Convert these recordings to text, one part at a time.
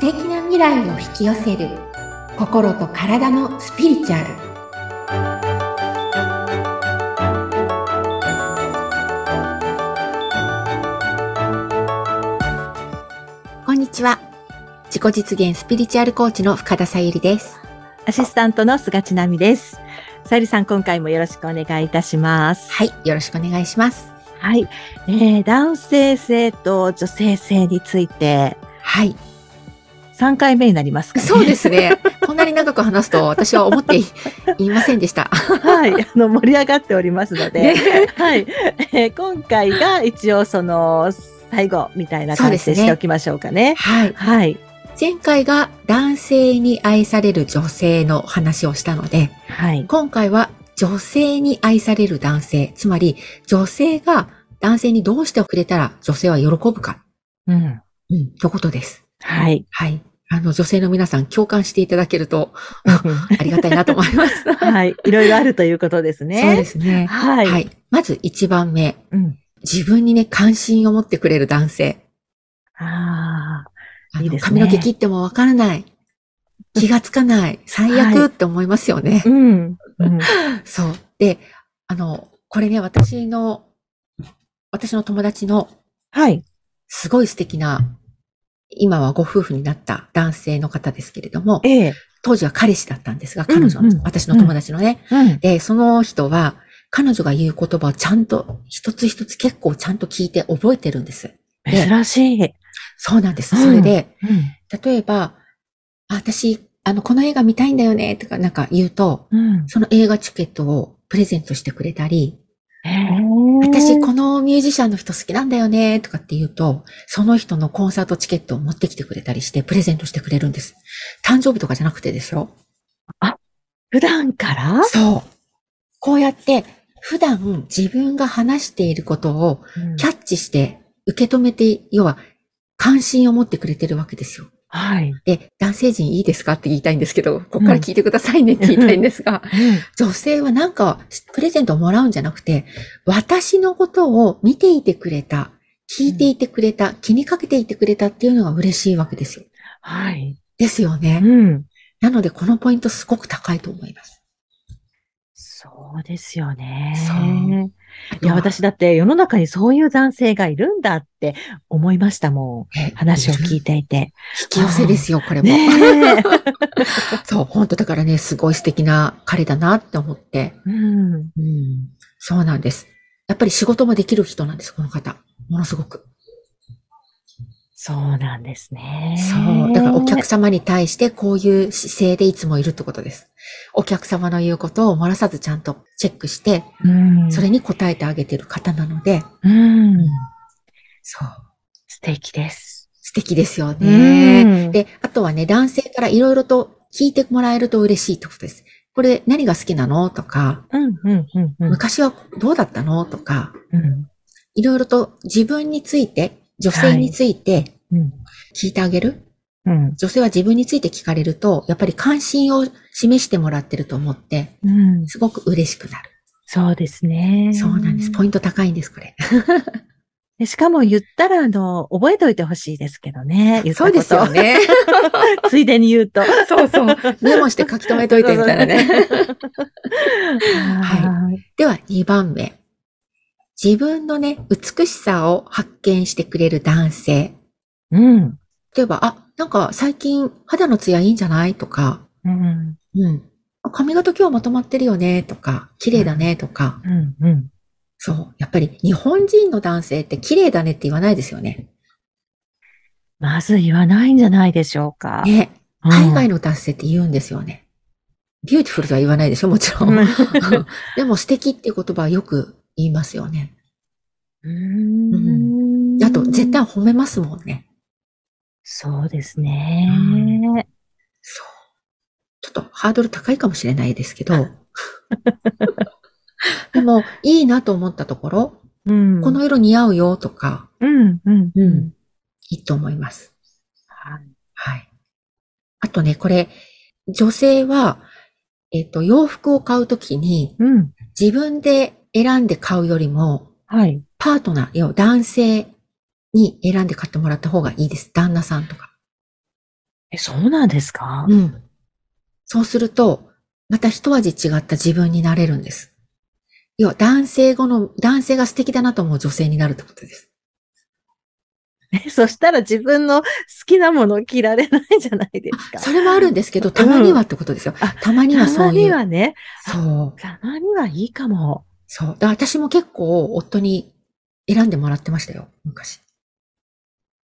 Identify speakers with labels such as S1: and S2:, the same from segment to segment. S1: 未来を引き寄せる心と体のスピリチュアルこんにちは自己実現スピリチュアルコーチの深田さゆりです
S2: アシスタントの菅千奈美です。さゆりさん、今回もよろしくお願いいたします。
S1: はいよろしくお願いします
S2: はい。えー男性性と女性性について、
S1: はい
S2: 3回目になりますかね。
S1: そうです ねこんなに長く話すと私は思っていいませんでした
S2: はい。あの、盛り上がっておりますので、
S1: ね
S2: はい、えー今回が一応その、最後みたいな
S1: そう
S2: 感
S1: で
S2: じ
S1: すね
S2: でしておきましょうかね。
S1: はい
S2: はい。
S1: 前回が男性に愛される女性の話をしたので
S2: はい。
S1: 今回は女性に愛される男性つまり女性が男性にどうしてくれたら女性は喜ぶか
S2: うん。
S1: うん、ということです。
S2: はい。
S1: はい。あの、女性の皆さん共感していただけるとありがたいなと思います。
S2: はい。いろいろあるということですね。
S1: そうですね。
S2: はい。
S1: はい。まず一番目。
S2: うん。
S1: 自分にね、関心を持ってくれる男性。
S2: ああ。
S1: あの
S2: いいですね
S1: 髪の毛切ってもわからない。気がつか ない。最悪って思いますよね。
S2: うん。うん。
S1: そう。で、あの、これね、私の、私の友達の
S2: はい。
S1: すごい素敵な、今はご夫婦になった男性の方ですけれども、
S2: ええ。
S1: 当時は彼氏だったんですが、彼女、
S2: うんうん
S1: 私の友達のね、
S2: うん。
S1: で、その人は、彼女が言う言葉をちゃんと、一つ一つ結構ちゃんと聞いて覚えてるんです。
S2: 珍しい。
S1: そうなんです。
S2: うん
S1: それで、例えば、あ私、あの、この映画見たいんだよね、とかなんか言うと、
S2: うん。
S1: その映画チケットをプレゼントしてくれたり、私
S2: 私、
S1: このミュージシャンの人好きなんだよね、とかって言うと、その人のコンサートチケットを持ってきてくれたりして、プレゼントしてくれるんです。誕生日とかじゃなくてですよ。
S2: 普段から
S1: そう。こうやって、普段自分が話していることをキャッチして受け止めて、要は関心を持ってくれてるわけですよ。
S2: はい。
S1: で、男性陣いいですかって言いたいんですけど、ここから聞いてくださいねって言いたいんですが、女性はなんかプレゼントをもらうんじゃなくて、私のことを見ていてくれた、聞いていてくれた、気にかけていてくれたっていうのが嬉しいわけですよ。
S2: はい。
S1: ですよ
S2: う
S1: ね。
S2: ん。
S1: なので、このポイントすごく高いと思います。
S2: そうですよね。
S1: そう
S2: いや、私だって世の中にそういう男性がいるんだって思いましたも
S1: え
S2: ん。話を聞いていて。
S1: 引き寄せですよ、これも。
S2: ねえ。
S1: そう、本当だからね、すごい素敵な彼だなって思って。
S2: うん。
S1: うん。そうなんです。やっぱり仕事もできる人なんです、この方。ものすごく。
S2: そうなんですね。
S1: そう。だからお客様に対してこういう姿勢でいつもいるってことです。お客様の言うことを漏らさずちゃんとチェックして、
S2: うん。
S1: それに応えてあげてる方なので、
S2: うん。
S1: そう。
S2: 素敵です。
S1: 素敵ですよね。
S2: うん
S1: で、あとはね、男性からいろいろと聞いてもらえると嬉しいってことです。これ何が好きなのとか、
S2: うん、うん、うん、うん
S1: 昔はどうだったのとか、
S2: うん。
S1: いろいろと自分について、女性について
S2: うん。
S1: 聞いてあげる、
S2: うん。
S1: 女性は自分について聞かれると、やっぱり関心を示してもらってると思って、
S2: うん。
S1: すごく嬉しくなる。
S2: そうですね。
S1: そうなんです。ポイント高いんです、これ。
S2: でしかも言ったら、あの、覚えておいてほしいですけどね。言った
S1: そう
S2: こと
S1: ですよ。ね。
S2: ついでに言うと。
S1: そう そう。メモして書き留めといてみたいなね。
S2: はい。
S1: では、2番目。自分のね、美しさを発見してくれる男性。
S2: うん。
S1: 例えば、あ、なんか最近肌のツヤいいんじゃないとか、
S2: うん。
S1: うん。髪型今日まとまってるよね、とか、綺麗だね、とか。
S2: うん。うん。
S1: そう。やっぱり日本人の男性って綺麗だねって言わないですよね。
S2: まず言わないんじゃないでしょうか。
S1: ね。
S2: うん
S1: 海外の男性って言うんですよね。ビューティフルとは言わないでしょ、もちろ。
S2: うんん
S1: でも素敵っていう言葉はよく言いますよね。
S2: うん
S1: あと、絶。対褒めますもんね。
S2: そうですね。
S1: そう。ちょっとハードル高いかもしれないですけ ど。 でも、いいなと思ったところ、
S2: うん。
S1: こ、の色似合うよとか、
S2: うん。うん。うん。
S1: いいと思います。はい。あとね、これ、女性は、えっと、洋服を買うときに、
S2: うん。
S1: 自分で選んで買うよりも、
S2: はい。
S1: パートナー、要は男性に選んで買ってもらった方がいいです。旦那さんとか。
S2: え、そうなんですか
S1: うん。そうすると、また一味違った自分になれるんです。要は男性後の、男性が素敵だなと思う女性になるってことです。
S2: え そしたら自分の好きなもの着られないじゃないですか。
S1: それもあるんですけど、たまにはってことですよ。
S2: あ
S1: たまには
S2: た
S1: そ
S2: ま
S1: うい
S2: に
S1: う。
S2: はね、
S1: そう。
S2: たまにはいいかも。
S1: そう。だから私も結構夫に選んでもらってましたよ、昔。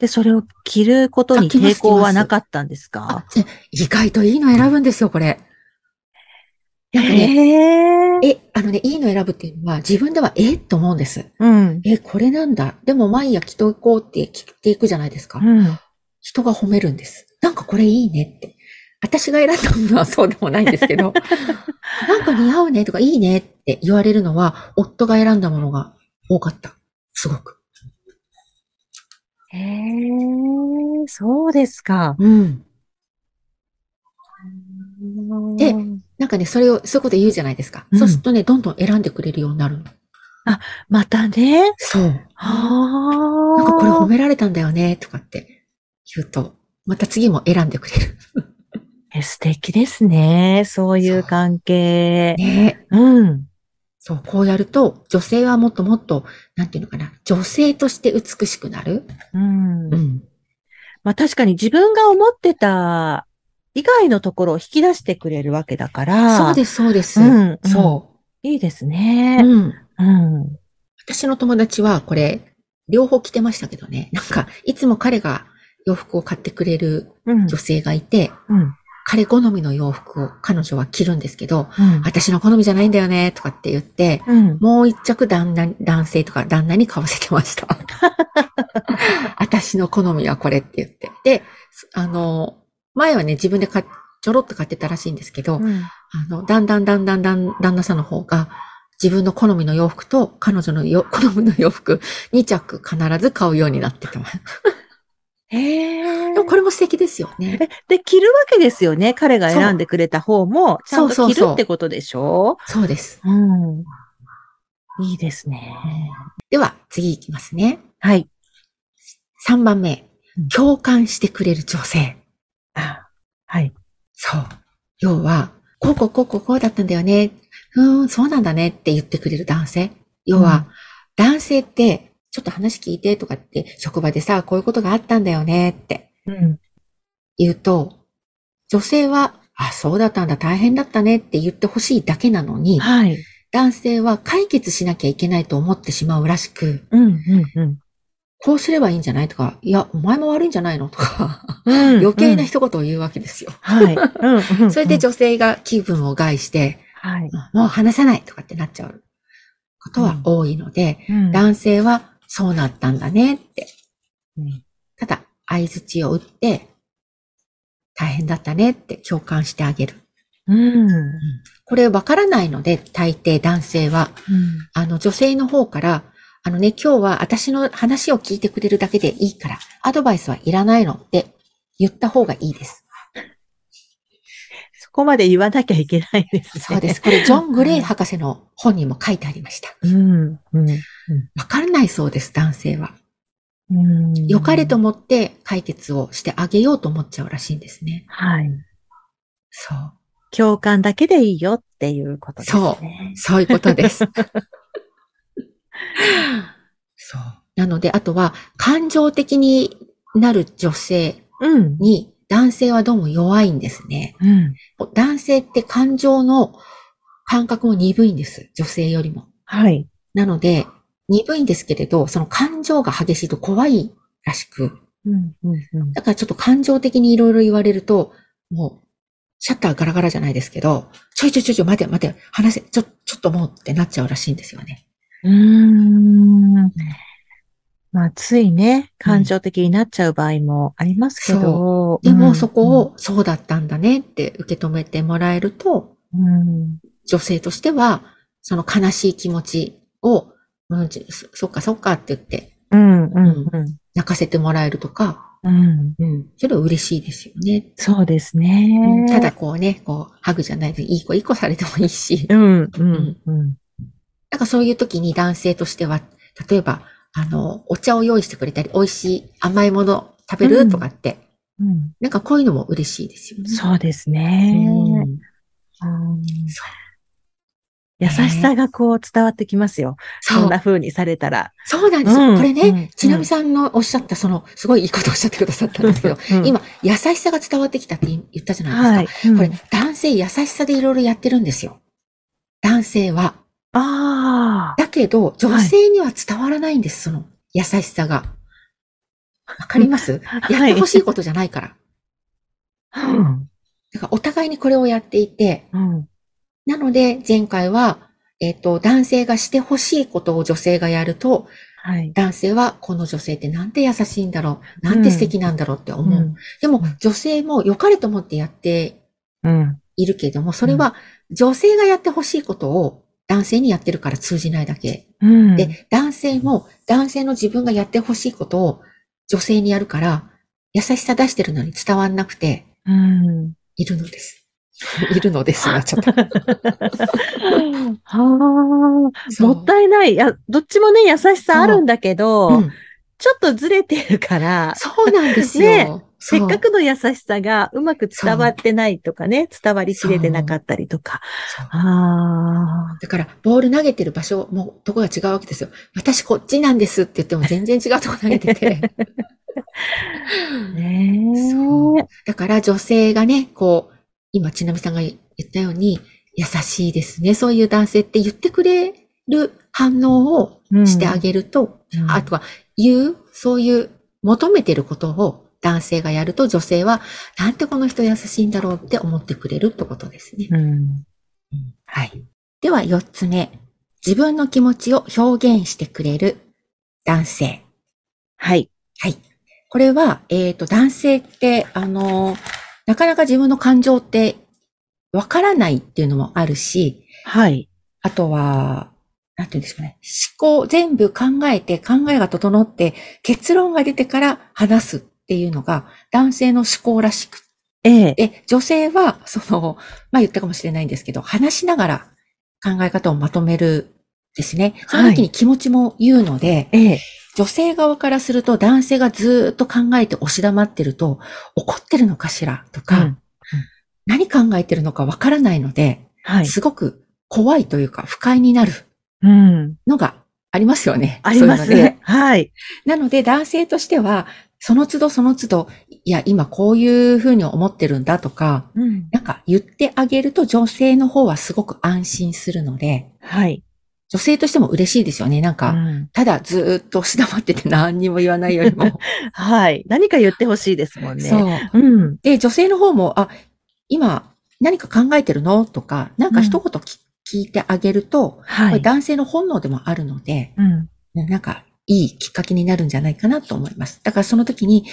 S2: で、それを着ることに
S1: あ着ます
S2: 抵抗
S1: 着ま
S2: は
S1: す
S2: なかったんですか
S1: で意外といいの選ぶんですよ、これ。なんかね、
S2: へえ。
S1: え、あのね、いいの選ぶっていうのは自分ではえと思うんです。
S2: うん。
S1: え、これなんだ。でも毎夜着とこうって着ていくじゃないですか。
S2: うん。
S1: 人が褒めるんです。なんかこれいいねって。私が選んだものはそうでもないんですけ ど、なんか似合うねとかいいねって言われるのは、夫が選んだものが多かった。すごく。
S2: へえ、そうですか。
S1: うん。でなんかね、それを、そういうこと言うじゃないですか。
S2: うん
S1: そうするとね、どんどん選んでくれるようになるの。
S2: またね。
S1: そう。
S2: はあ。
S1: なんかこれ褒められたんだよね、とかって言うと、また次も選んでくれる。
S2: え素敵ですね。そうい
S1: そう
S2: う関係。
S1: ね
S2: うん。
S1: そう、こうやると、女性はもっともっと、なんていうのかな、女性として美しくなる。
S2: うん。
S1: ん。
S2: まあ確かに自分が思ってた以外のところを引き出してくれるわけだから。
S1: そうです、そうです。
S2: うんうん
S1: そ
S2: いいです
S1: う、
S2: ね。
S1: うん。
S2: うん。
S1: 私の友達はこれ、両方着てましたけどね。なんか、いつも彼が洋服を買ってくれる
S2: うん。
S1: 女性がいて、
S2: うん。
S1: 彼好みの洋服を彼女は着るんですけど、
S2: うん
S1: 私の好みじゃないんだよね、とかって言って、
S2: うん。
S1: もう一着旦那に、男性とか旦那に買わせてました。私の好みはこれって言って。で、あの、前はね、自分で買っちょろっと買ってたらしいんですけど、
S2: うん
S1: あの、だんだんだんだんだん、旦那さんの方が、自分の好みの洋服と彼女のよ好みの洋服2着必ず買うようになってた。
S2: へえ
S1: でも。これも素敵ですよね。
S2: えで、着るわけですよね。彼が選んでくれた方も、ちゃん
S1: そう
S2: と
S1: そう
S2: 着る
S1: そう
S2: ってことでしょ
S1: そうです。
S2: うん。いいですね。
S1: では、次いきますね。
S2: はい。
S1: 3番目
S2: うん。
S1: 共感してくれる女性。
S2: あはい。
S1: そう。要は、こうこうこうこうこうだったんだよね。うーん、そうなんだねって言ってくれる男性。要は、男性って、ちょっと話聞いてとかって、職場でさ、こういうことがあったんだよねって。
S2: うん。
S1: 言うと、女性は、あ、そうだったんだ、大変だったねって言ってほしいだけなのに、
S2: はい。
S1: 男性は解決しなきゃいけないと思ってしまうらしく、
S2: うん、うん、
S1: こうすればいいんじゃないとか、いや、お前も悪いんじゃないのとか、
S2: うん。
S1: 余計な
S2: 人。
S1: 一言を言うわけですよ。
S2: はい。うん、う ん。
S1: それで
S2: ょ、
S1: 女性が気分を害して、
S2: はい。
S1: もう話さないとかってなっちゃうことは多いので、
S2: うん
S1: 男性はそうなったんだねって、
S2: うん
S1: ただ相槌を打って、大変だったねって共感してあげる。
S2: うん。
S1: これわからないので、大抵男性は、あの女性の方から、あのね、今日は私の話を聞いてくれるだけでいいから、アドバイスはいらないのって言った方がいいです。
S2: そこまで言わなきゃいけないですね。
S1: そうで。す。これ、ジョン・グレイ博士の本にも書いてありました。
S2: うん、うん。
S1: わからないそうです、男性は。
S2: うん
S1: 良かれと。思って解決をしてあげようと思っちゃうらしいんですね。
S2: はい。
S1: そう。
S2: 共感だけでいいよっていうことですね。
S1: そういうことです。 そう。なので、あとは、感情的になる女性
S2: そう。うん。
S1: に男性はどうも弱いんですね。
S2: うん。
S1: 男性って感情の感覚も鈍いんです。女性よりも。
S2: はい。
S1: なので、鈍いんですけれど、その感情が激しいと怖いらしく。
S2: うん、うん、うん。
S1: だからちょっと感情的にいろいろ言われると、もう、シャッターガラガラじゃないですけど、ちょいちょいちょいちょい待て待て、話せ、ちょ、ちょっともうってなっちゃうらしいんですよね。
S2: うーん。まあ、ついね、感情的になっちゃう場合もありますけど。
S1: で
S2: う
S1: も
S2: ん
S1: そこ、を、そうだったんだねって受け止めてもらえると、
S2: うん。
S1: 女性としては、その悲しい気持ちを、うん、じそそっかそっかって言って、
S2: うん、うん、うん。
S1: 泣かせてもらえるとか、
S2: うん。
S1: うん、それは嬉しいですよね。
S2: そうです
S1: うん
S2: ね。
S1: ただ、こうね、こう、ハグじゃないで、いい子いい子されてもいいし、
S2: うん、うん、うん。
S1: なんかそういう時に男性としては、例えば、あの、お茶を用意してくれたり、美味しい甘いもの食べ
S2: う
S1: る
S2: ん
S1: とかって
S2: うん
S1: なんかこういうのも嬉しいですよね。
S2: そうですね。
S1: うん
S2: うん
S1: そ
S2: 優しさがこう伝わってきますよ。
S1: そ
S2: そん
S1: う
S2: な。風にされたら。
S1: そうなんですよ。
S2: うん
S1: これ
S2: う
S1: ね
S2: ん、
S1: ちなみさんのおっしゃった、その、すごいいいことをおっしゃってくださったんですけど、
S2: うん
S1: 今、優しさが伝わってきたって言ったじゃな
S2: はいい
S1: です。
S2: うん
S1: か。これ、男性優しさでいろいろやってるんですよ。男性は。
S2: ああ。
S1: だけど、女性には伝わらないんです、その、優しさが。わかります
S2: は
S1: やってほしいことじゃないから。
S2: うん
S1: だからお互いにこれをやっていて、
S2: うん
S1: なので、前回は、えっ、と、男性がしてほしいことを女性がやると、
S2: はい。
S1: 男性はこの女性ってなんて優しいんだろう、なんて素敵なんだろうって思う。
S2: うん
S1: でも、女性も良かれと思ってやって
S2: うん。
S1: いるけれども、それは女性がやってほしいことを男性にやってるから通じないだけ。
S2: うん。
S1: で、男性も男性の自分がやってほしいことを女性にやるから、優しさ出してるのに伝わんなくて
S2: うん。
S1: いるの です。いるのですが、ちょっと。
S2: はあ。もったいない。いや、どっちもね、優しさあるんだけ
S1: う
S2: ど、
S1: ん
S2: ちょっとずれてるから、
S1: そうなんです
S2: ね
S1: よ。
S2: せ
S1: せ
S2: っかくの優しさがうまく伝わってないとかね、伝わりきれてなかったりとか。ああ。
S1: だから、ボール投げてる場所も、とこが違うわけですよ。私こっちなんですって言っても全然違うとこ投げて て。
S2: ね
S1: そうだから女性がね、こう、今、ちなみさんが言ったように、優しいですね。そういう男性って言ってくれる反応を
S2: え。
S1: してあげると、
S2: うんうん
S1: あとは言う、そういう求めてることを男性がやると女性は、なんてこの人優しいんだろうって思ってくれるってことですね。
S2: うん。
S1: はい。では4つ目。自分の気持ちを表現してくれる男性。
S2: はい。
S1: はい。これは、えっ、と、男性って、あのーなかなか自分の感情ってわからないっていうのもあるし、
S2: はい。
S1: あとは、なんていうんですかね。思考、全部考えて、考えが整って、結論が出てから話すっていうのが男性の思考らしく
S2: ええ。
S1: で、女性は、その、まあ言ったかもしれないんですけど、話しながら考え方をまとめるですね。その時に気持ちも言うので、
S2: ええ。
S1: 女性側からすると男性がずーっと考えて押し黙ってると、怒ってるのかしらとか、
S2: うんうん
S1: 何考えてるのかわからないので、
S2: はい。
S1: すごく怖いというか不快になる
S2: うん。
S1: のがありますよね。
S2: ありま
S1: そ
S2: す
S1: ういうのね
S2: ね。はい。
S1: なので男性としては、その都度その都度、いや、今こういうふうに思ってるんだとか、
S2: うん。
S1: なんか言ってあげると女性の方はすごく安心するので、
S2: はい。
S1: 女性としても嬉しいですよね。なんか、
S2: うん
S1: ただずーっと押し黙ってて何にも言わないより も。
S2: はい。何か言ってほしいですもんね。
S1: そう。
S2: うん。
S1: で、女性の方も、あ、今何か考えてるのとか、なんか一言き、聞いてあげると、こ
S2: は
S1: れ
S2: い。
S1: 男性の本能でもあるので、
S2: うん。
S1: なんかいいきっかけになるんじゃないかなと思います。だからその時に、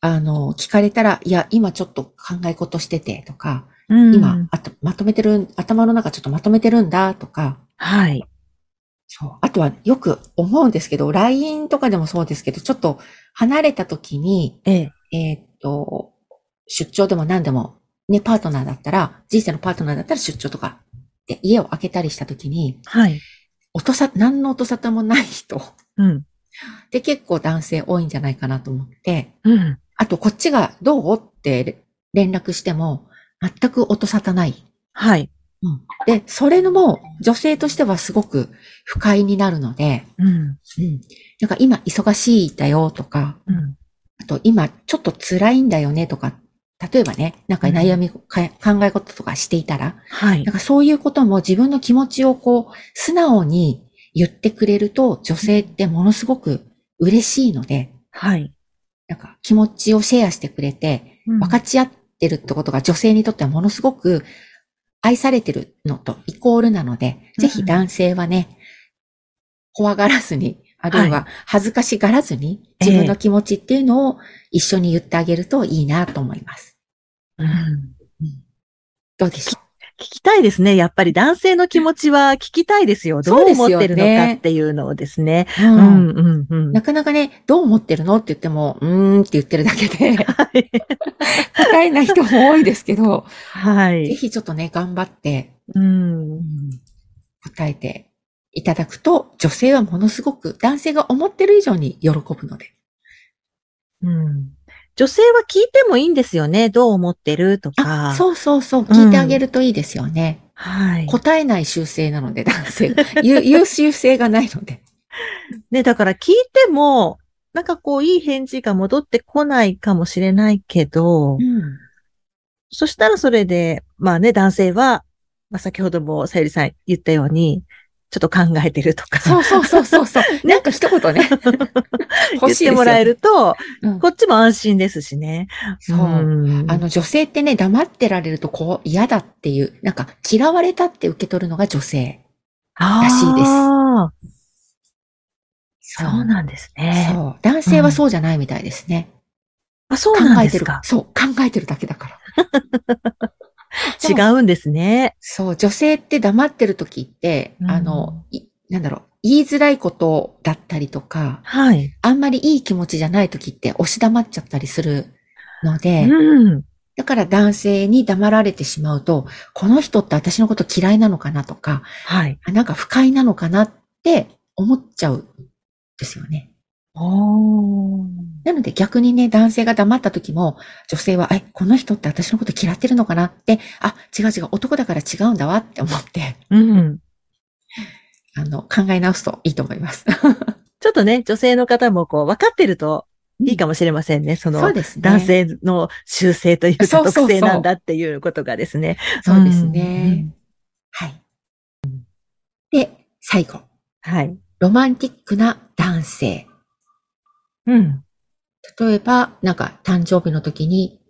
S1: あの、聞かれたら、いや、今ちょっと考え事しててとか、
S2: うん
S1: 今。あと、まとめてる、頭の中ちょっとまとめてるんだとか、
S2: はい。
S1: そう。あとはよく思うんですけど、LINE とかでもそうですけど、ちょっと離れた時に、
S2: ええ。
S1: えーっと、出張でも何でも、ね、パートナーだったら、人生のパートナーだったら出張とか、で、家を開けたりした時に、
S2: はい。
S1: 音さ、何の音沙汰もない人
S2: うん。
S1: で結構男性多いんじゃないかなと思って、
S2: うん。
S1: あとこっちがどうって連絡しても、全く音沙汰ない。
S2: はい。
S1: で、それのも女性としてはすごく不快になるので、
S2: うん。
S1: うん。なんか今忙しいだよとか、
S2: うん。
S1: あと今ちょっと辛いんだよねとか、例えばね、なんか悩み、か考え事とかしていたら、
S2: はい
S1: なん。かそういうことも自分の気持ちをこう、素直に言ってくれると女性ってものすごく嬉しいので、
S2: はい。
S1: なんか気持ちをシェアしてくれて、分か
S2: っ
S1: ち合ってるってことが女性にとってはものすごく愛されてるのとイコールなので、
S2: うん
S1: ぜひ男性はね、怖がらずに、あるいは恥ずかしがらずに、
S2: ええ
S1: 自分の気持ちっていうのを一緒に言ってあげるといいなと思います。
S2: うん。
S1: どうでしょ
S2: 聞きたいですね。やっぱり男性の気持ちは聞きたいですよ。ど
S1: そう
S2: う
S1: です
S2: 思っ
S1: よね
S2: てるのかっていうのをですね。
S1: う、
S2: う
S1: うん
S2: ん。うん。うん。
S1: なかなかね、どう思ってるのって言っても、うーんって言ってるだけ で、
S2: はい。
S1: 答えない人も多いですけど、
S2: は
S1: ぜ
S2: い。
S1: ひちょっとね、頑張って
S2: うん。
S1: 答えていただくと、女性はものすごく男性が思ってる以上に喜ぶので。
S2: うん女性は聞いてもいいんですよね。どう思ってるとか。
S1: あ、そうそうそう。聞いてあげるといいですよね。
S2: はい。
S1: 答えない習性なので、男 性は。言う言う習性がないので。
S2: ね、だから聞いても、なんかこう、いい返事が戻ってこないかもしれないけど、
S1: うん。
S2: そしたらそれで、まあね、男性は、まあ先ほどもさゆりさん言ったように、ちょっと考えてるとか、
S1: そうそうそうそうそう。なんか一言 ね。
S2: 言
S1: 欲
S2: っ
S1: しいですよね
S2: てもらえると、
S1: うん
S2: こっちも安心ですしね。
S1: そう。
S2: ん
S1: あの、女性ってね、黙ってられるとこう嫌だっていう、なんか嫌われたって受け取るのが女性。らしいです
S2: あー
S1: そ
S2: そうなんですね。
S1: そう。男性はそうじゃないみたいですね。
S2: あ、そうな
S1: 考
S2: ん
S1: え
S2: で
S1: て
S2: す
S1: る
S2: か。。
S1: そう。考えてるだけだから。
S2: 違
S1: う。
S2: うんですね。
S1: そう。女性って黙ってる時って、
S2: うん
S1: あの、いなんだろう。言いづらいことだったりとか、
S2: はい。
S1: あんまりいい気持ちじゃない時って押し黙っちゃったりするので、
S2: うん。
S1: だから男性に黙られてしまうと、この人って私のこと嫌いなのかなとか、
S2: はい。
S1: あなんか不快なのかなって思っちゃうんですよね。
S2: おー
S1: なので逆にね、男性が黙った時も、女性は、え、この人って私のこと嫌ってるのかなって、あ、違う違う、男だから違うんだわって思って、
S2: うん。
S1: あの、考え直すといいと思います。
S2: ちょっとね、女性の方もこう、分かってるといいかもしれませんね。その
S1: そう、ですね。
S2: 男性の習性というか
S1: そうそうそう
S2: 特性なんだっていうことがですね。
S1: そうですね。
S2: うん
S1: はい。で、最後。
S2: はい。
S1: ロマンティックな男性。
S2: うん。
S1: 例えば、なんか誕生日の時に、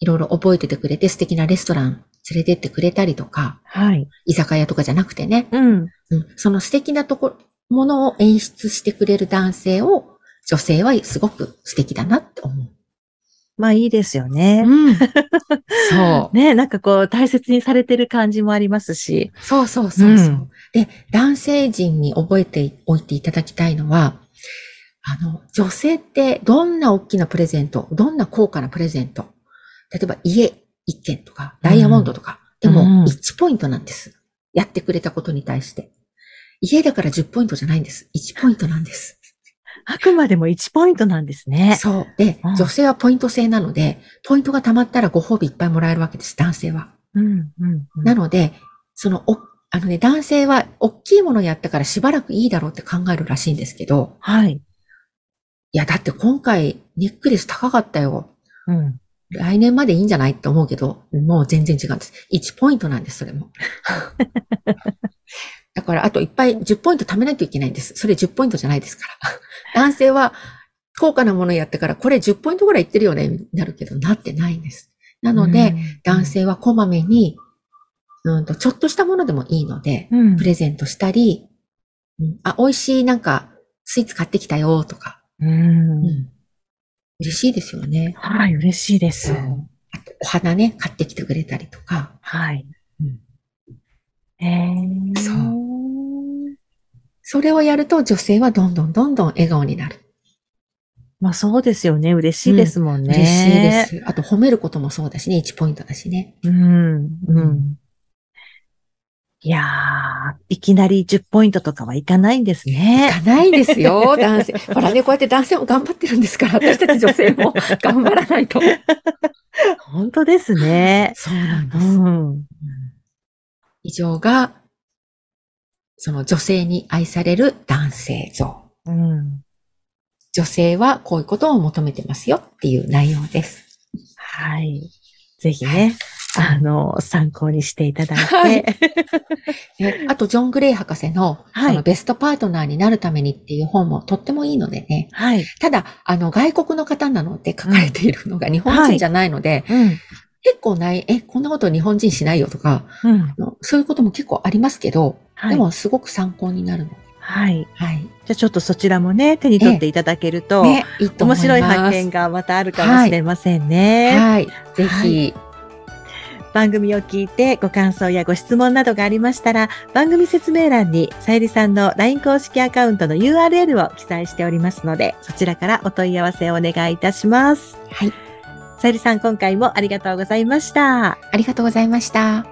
S1: いろいろ覚えててくれて素敵なレストラン連れてってくれたりとか、
S2: はい。
S1: 居酒屋とかじゃなくてね、
S2: うん。
S1: うん、その素敵なところ、ものを演出してくれる男性を、女性はすごく素敵だなって思う。
S2: まあいいですよね。
S1: うん、そう。
S2: ね、なんかこう、大切にされてる感じもありますし。
S1: そうそうそうそう、
S2: うん
S1: で、男性陣に覚えておいていただきたいのは、あの、女性ってどんな大きなプレゼント、どんな高価なプレゼント、例えば家一軒とか、ダイヤモンドとか、
S2: うん
S1: で
S2: うん
S1: も1ポイントなんです。やってくれたことに対して。家だから10ポイントじゃないんです。1ポイントなんです。
S2: あくまでも1ポイントなんですね。
S1: そう。で、
S2: うん
S1: 女性はポイント制なので、ポイントが貯まったらご褒美いっぱいもらえるわけです、男性は。
S2: うん。うん。うん
S1: なので、その、お、あのね、男性は、大きいものやったからしばらくいいだろうって考えるらしいんですけど、
S2: はい。
S1: いや、だって今回、ネックレス高かったよ。
S2: うん。
S1: 来年までいいんじゃないって思うけど、もう全然違うんです。1ポイントなんです、それ も。だから、あといっぱい10ポイント貯めないといけないんです。それ10ポイントじゃないですから。 男性は、高価なものやったから、これ10ポイントぐらいいってるよね、になるけど、なってないんです。なので、
S2: うん、
S1: 男性はこまめに、うんと、ちょっとしたものでもいいので、
S2: うん、
S1: プレゼントしたり、うんあ、美味しいなんか、スイーツ買ってきたよとか、
S2: うん
S1: うん嬉しいですよね。
S2: はい、嬉しいです。
S1: あと、お花ね、買ってきてくれたりとか。
S2: はい。
S1: うん
S2: えー、
S1: そうそれをやると女性はどんどんどんどん笑顔になる。
S2: まあそうですよね。嬉しいですもんね。
S1: 嬉しいで。す。あと、褒めることもそうだしね、1ポイントだしね。
S2: うん、う。
S1: うん
S2: いやー、いきなり10ポイントとかはいかないんです
S1: い
S2: ね。
S1: かないです よ、男性。ほらね、こうやって男性も頑張ってるんですから、私たち女性 も頑張らないと。
S2: 本当ですね。
S1: そうなん
S2: う
S1: です。
S2: ん。
S1: 以上が、その女性に愛される男性像。
S2: うん。
S1: 女性はこういうことを求めてますよっていう内容です。
S2: はい。ぜひね、あの、参考にしていただいて。
S1: はいねあと、ジョン・グレイ博士の、
S2: はい
S1: そのベストパートナーになるためにっていう本もとってもいいのでね。
S2: はい。
S1: ただ、あの、外国の方なので書かれているのが日本人じゃないので、
S2: うん。
S1: 結構ない、え、こんなこと日本人しないよとか、
S2: うん。
S1: あのそういうことも結構ありますけど、
S2: はい
S1: でもすごく参考になるので。
S2: はい。
S1: はい。
S2: じゃあちょっとそちらもね、手に取っていただけると、
S1: ね、いいと思
S2: 面
S1: います。
S2: 白い発見がまたあるかもしれませんね。
S1: はい。ぜひ、
S2: 番組を聞いてご感想やご質問などがありましたら、番組説明欄にさゆりさんの LINE 公式アカウントの URL を記載しておりますので、そちらからお問い合わせをお願いいたします。
S1: はい。
S2: さゆりさん、今回もありがとうございました。
S1: ありがとうございました。